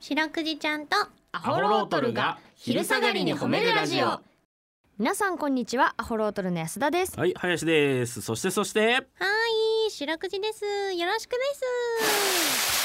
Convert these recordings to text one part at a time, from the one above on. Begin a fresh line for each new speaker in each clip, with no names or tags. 白くじちゃんとア
ホロートルが昼下がりに褒めるラジオ
皆さんこんにちはアホロートルの安田です
はい林ですそしてそして
はい白くじですよろしくです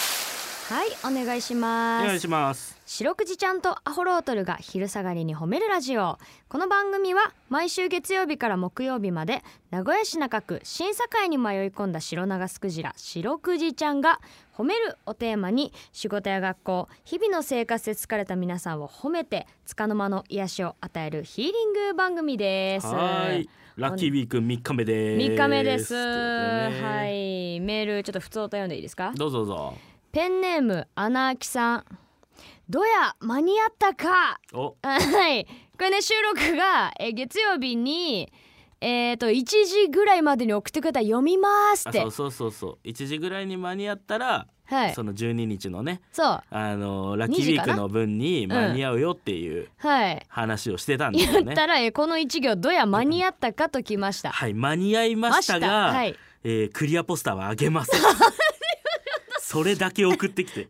はいお願いし
お
ま
願い
す
します
白くじちゃんとアホロートルが昼下がりに褒めるラジオこの番組は毎週月曜日から木曜日まで名古屋市中区審査会に迷い込んだ白長スクジラ白くじちゃんが褒めるをテーマに仕事や学校日々の生活で疲れた皆さんを褒めて束の間の癒しを与えるヒーリング番組です
はーいラッキーウィーク三日目です
3日目です。
ということでね
はい、メールちょっと普通と読んでいいですか。
どうぞどうぞ
ペンネームアナーキさん。どや間に合ったか。
お
あはい、これね収録がえー月曜日に。えー、と1時ぐらいまでに送ってくれたら読みますっ
あ
て
そうそうそうそう一時ぐらいに間に合ったら、
はい
その12日のね
そう
あのラッキーウィークの分に間に合うよっていう
はい
話をしてたんですよ
言
ね
ったら、えーこの1行どや間に合ったかときました、
はい間に合いましたが
はい
えークリアポスターはあげます それだけ送ってきて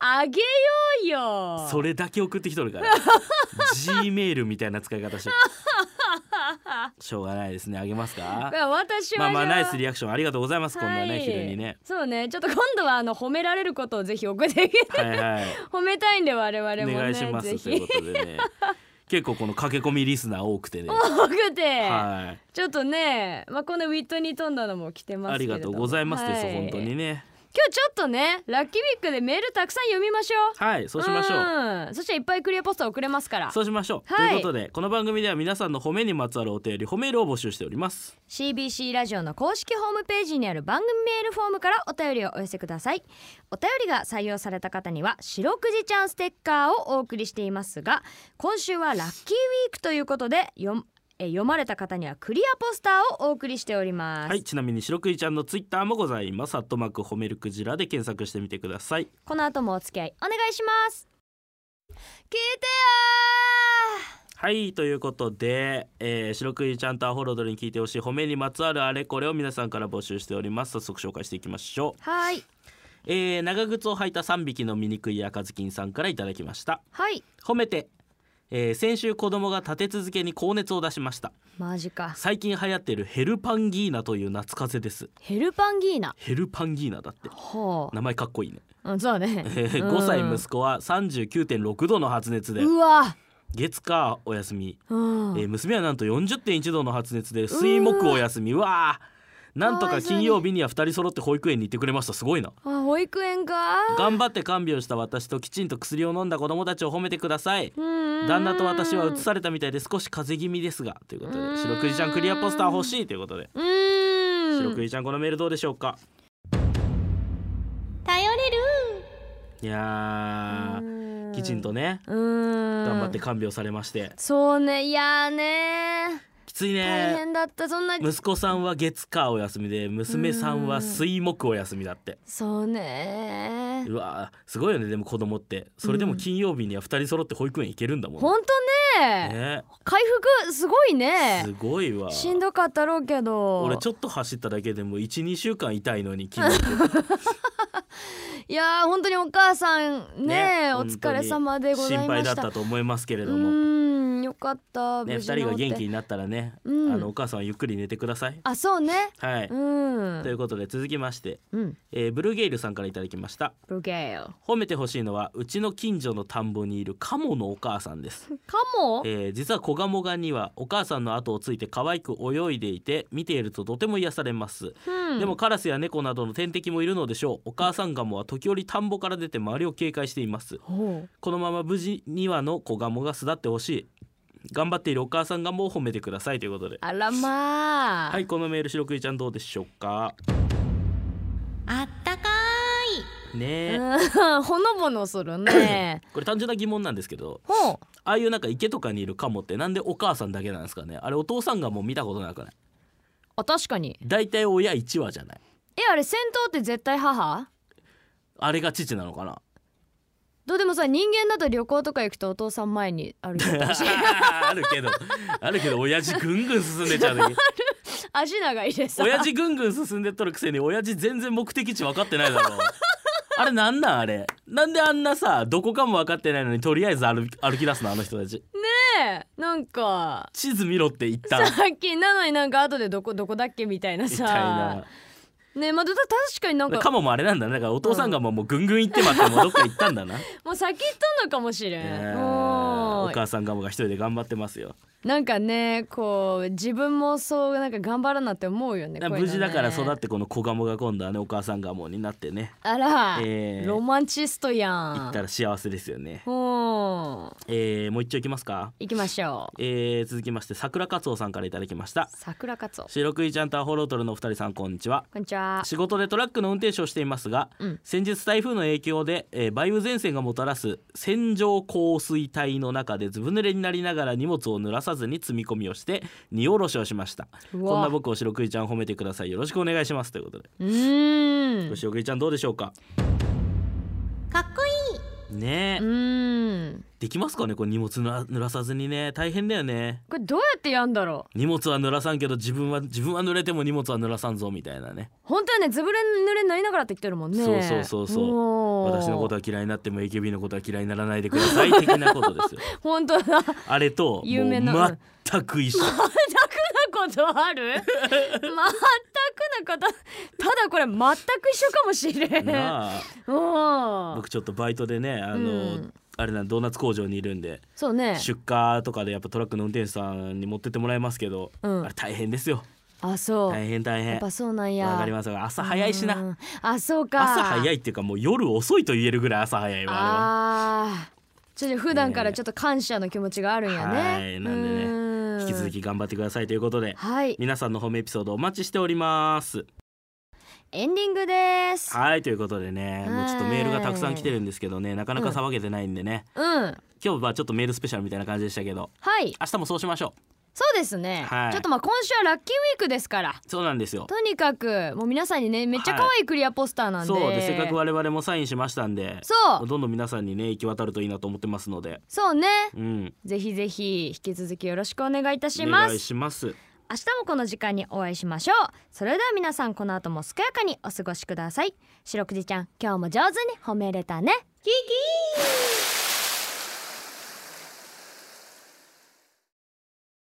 あげようよ
それだけ送ってきとるから G メールみたいな使い方してるしょうがないですねあげますか
いや私は
まあまあ
じゃ
ナイスリアクションありがとうございますこんな
は
ね
い
昼にね
そうねちょっと今度はあの褒められることをぜひ送っ てい
は
け
い はい
褒めたいんで我々も
お
ね
願いしま
ぜ
すとい
ひ
うことでね結構この駆け込みリスナー多くて ね
多くて、
はい
ちょっとね、まあ、このウィットに富んだのも来てます
あり
けれど
が
も
とうございますです
は
本当に
今日
ね
ちょっとねラッキーウィークでメールたくさん読みましょう
はいそうしましょう
うんそしていっぱいクリアポスト送れますから
そうしましょう、
はい
ということでこの番組では皆さんの褒めにまつわるお便り褒めるを募集しております
CBC ラジオの公式ホームページにある番組メールフォームからお便りをお寄せくださいお便りが採用された方には「白くじちゃんステッカー」をお送りしていますが今週はラッキーウィークということで読え読まれた方にはクリアポスターをお送りしております、
はいちなみに白くじちゃんのツイッターもございますアットマーク褒めるクジラで検索してみてください
この後もお付き合いお願いします聞いて
はいということで、えー、白くじちゃんとアホロドルに聞いてほしい褒めにまつわるあれこれを皆さんから募集しております早速紹介していきましょう
よーはい
えー、長靴を履いた3匹の醜い赤ずきんさんからいただきました
はい
褒めて、えー、先週子供が立て続けに高熱を出しました
マジか
最近流行ってるヘルパンギーナという夏風邪です
ヘルパンギーナ
ヘルパンギーナだって
ほ
名前かっこいいね
ううんそうね
5歳息子は39.6度の発熱で
うわ
月火お休み、
うん
えー娘はなんと40.1度の発熱で水木お休みうわーなんと
か
か
わいそうに
金曜日には2人揃って保育園に行ってくれましたすごいな
あ保育園か
頑張って看病した私ときちんと薬を飲んだ子供たちを褒めてください旦
旦
那と私は移されたみたいで少し風邪気味ですがということ
う
で
ーん
白くじちゃんクリアポスター欲しいということで
うー
白く
ん
じちゃんこのメールどうでしょうか
頼れる
いやーきちんとね
うーん
頑張って看病されまして
そうねいやーね
きつい
大
ね
変だったそんな
息子さんは月火お休みで娘さんは水木お休みだって
そうね
うわーすごいよねでも子供ってそれでも金曜日には2人揃って保育園行けるんだもん
ほんとね
ね
回復すごいね
すごいわ
しんどかったろうけど
俺ちょっと走っただけでも12週間痛いのに昨日
いやー本当にお母さん ねお
本当
疲
に
れ様でございま
心配だ
し
ったたと思いますけれ
う
ども、
ーんよかった
ね、2
無事
人が
治って
元気になったらね、
うん
あのお母さんはゆっくり寝てください。
あそうね、
はいう
ん
ということで続きまして、
うん
えーブルーゲイルさんからいただきました
ブルゲイル
褒めてほしいのはうちの近所の田んぼにいるカモのお母さんです、
かも
えー実は子ガモガにはお母さんの後をついて可愛く泳いでいて見ているととても癒されます
うん
でもカラスや猫などの天敵もいるのでしょうお母さんガモは時折田んぼから出て周りを警戒しています
ほう
このまま無事2羽の子ガモが巣立ってほしい頑張っているお母さんガモを褒めてくださいということで
あらまあ
はいこのメール白くじちゃんどうでしょうか
あったかーい
ねえ
うん ほのぼのす るね
これ単純な疑問なんですけど
ほう
ああいうなんか池とかにいるカモってなんでお母さんだけなんですかねあれお父さんがもう見たことなくない
あ確かに
大体親1羽じゃない
えあれ戦闘って絶対母
あれが父なのかな
どうでもさ人間だと旅行とか行くとお父さん前に歩いて 足
あるけどあるけど親父ぐんぐん進んでちゃ う時
足長いで さ
親父ぐんぐん進んでっとるくせに親父全然目的地分かってないだろあれなんなんあれなんであんなさどこかも分かってないのにとりあえず歩き歩き出すのあの人たち
ねえなんか
地図見ろって言った
さっきなのになんか後でどこどこだっけみたいな
みたい
さ
な
ねえまあ、た確かになんか
カモもあれなんだねだからお父さんがもうもうぐんぐん行ってまたもうどっか行ったんだな、
もう先行ったのかもしれん、
えー
お
お
ー
母さんがもが一人で頑張ってますよ
なんかねこう自分もそうなんか頑張らなって思うよね
だか
こ
ら
ういう
無
の
事
ね
だから育ってこの子ガモが今度はねお母さんガモになってね
あら、
えー
ロマンチストやん
行ったら幸せですよね
おー
えー、もう一丁いきますか
行きましょう
えー、続きまして桜カツオさんからいただきました
桜カツオ
白クイちゃんとアホロートルのお二人さんこんにちは
こんにちは
仕事でトラックの運転手をしていますが、
うん
先日台風の影響で、えー梅雨前線がもたらす線状降水帯の中でずぶ濡れになりながら荷物を濡らさずに積み込みをして荷下ろしをしました
うわ
こんな僕を白クイちゃん褒めてくださいよろしくお願いしますということで、
うーん
白クイちゃんどうでしょうか
かっこいい
ねえ、
うーん
できますかねこれ荷物濡ら濡らさずにね大変だよね
これどうやってやんだろう
荷物は濡らさんけど自分は自分は濡れても荷物は濡らさんぞみたいなね
本当はねずぶれ濡れになりながらって言ってるもんね
そうそうそうそう
おー
私のことは嫌いになっても AKB のことは嫌いにならないでください的なことです よ
本当だそんな
あれと
有名な
もう全く一緒
ことある全くなことただこれ全く一緒かもしれん
なあ
おー
僕ちょっとバイトでねあの、
うん
あれなんドーナツ工場にいるんで
そうね
出荷とかでやっぱトラックの運転手さんに持ってってもらいますけど、
うん
あれ大変ですよ
あそう、
大変大
や
変
っぱそうなんや
わかりますが朝早いし
う
なん
あそうか
朝早
い
いっていうかもう夜遅いと言えるぐらい朝早いわあれは
あーちょっと普段からちょっと感謝の気持ちがあるんやね
はいなんでね
うん
引き続き頑張ってくださいということで
はい
皆さんの褒めエピソードお待ちしております
エンディングです
はいということでねもうちょっとメールがたくさん来てるんですけどねなかなか
うん
さばけてないんでね、
うん
今日はちょっとメールスペシャルみたいな感じでしたけど
はい
明日もそうしましょ
そうですね、
はい
ちょっとまあ今週はラッキーウィークですから
うそうなんですよ
とにかくもう皆さんにねめっちゃ可愛いクリアポスターなんで、
そうでせっかく我々もサインしましたんで
そう
どんどん皆さんにね行き渡るといいなと思ってますので
そうね
うん
ぜひぜひ引き続きよろしくお願いいたし
お
ま
願い
す
します
明日もこの時間にお会いしましょうそれでは皆さんこの後も健やかにお過ごしください白くじちゃん今日も上手に褒めれたねキキー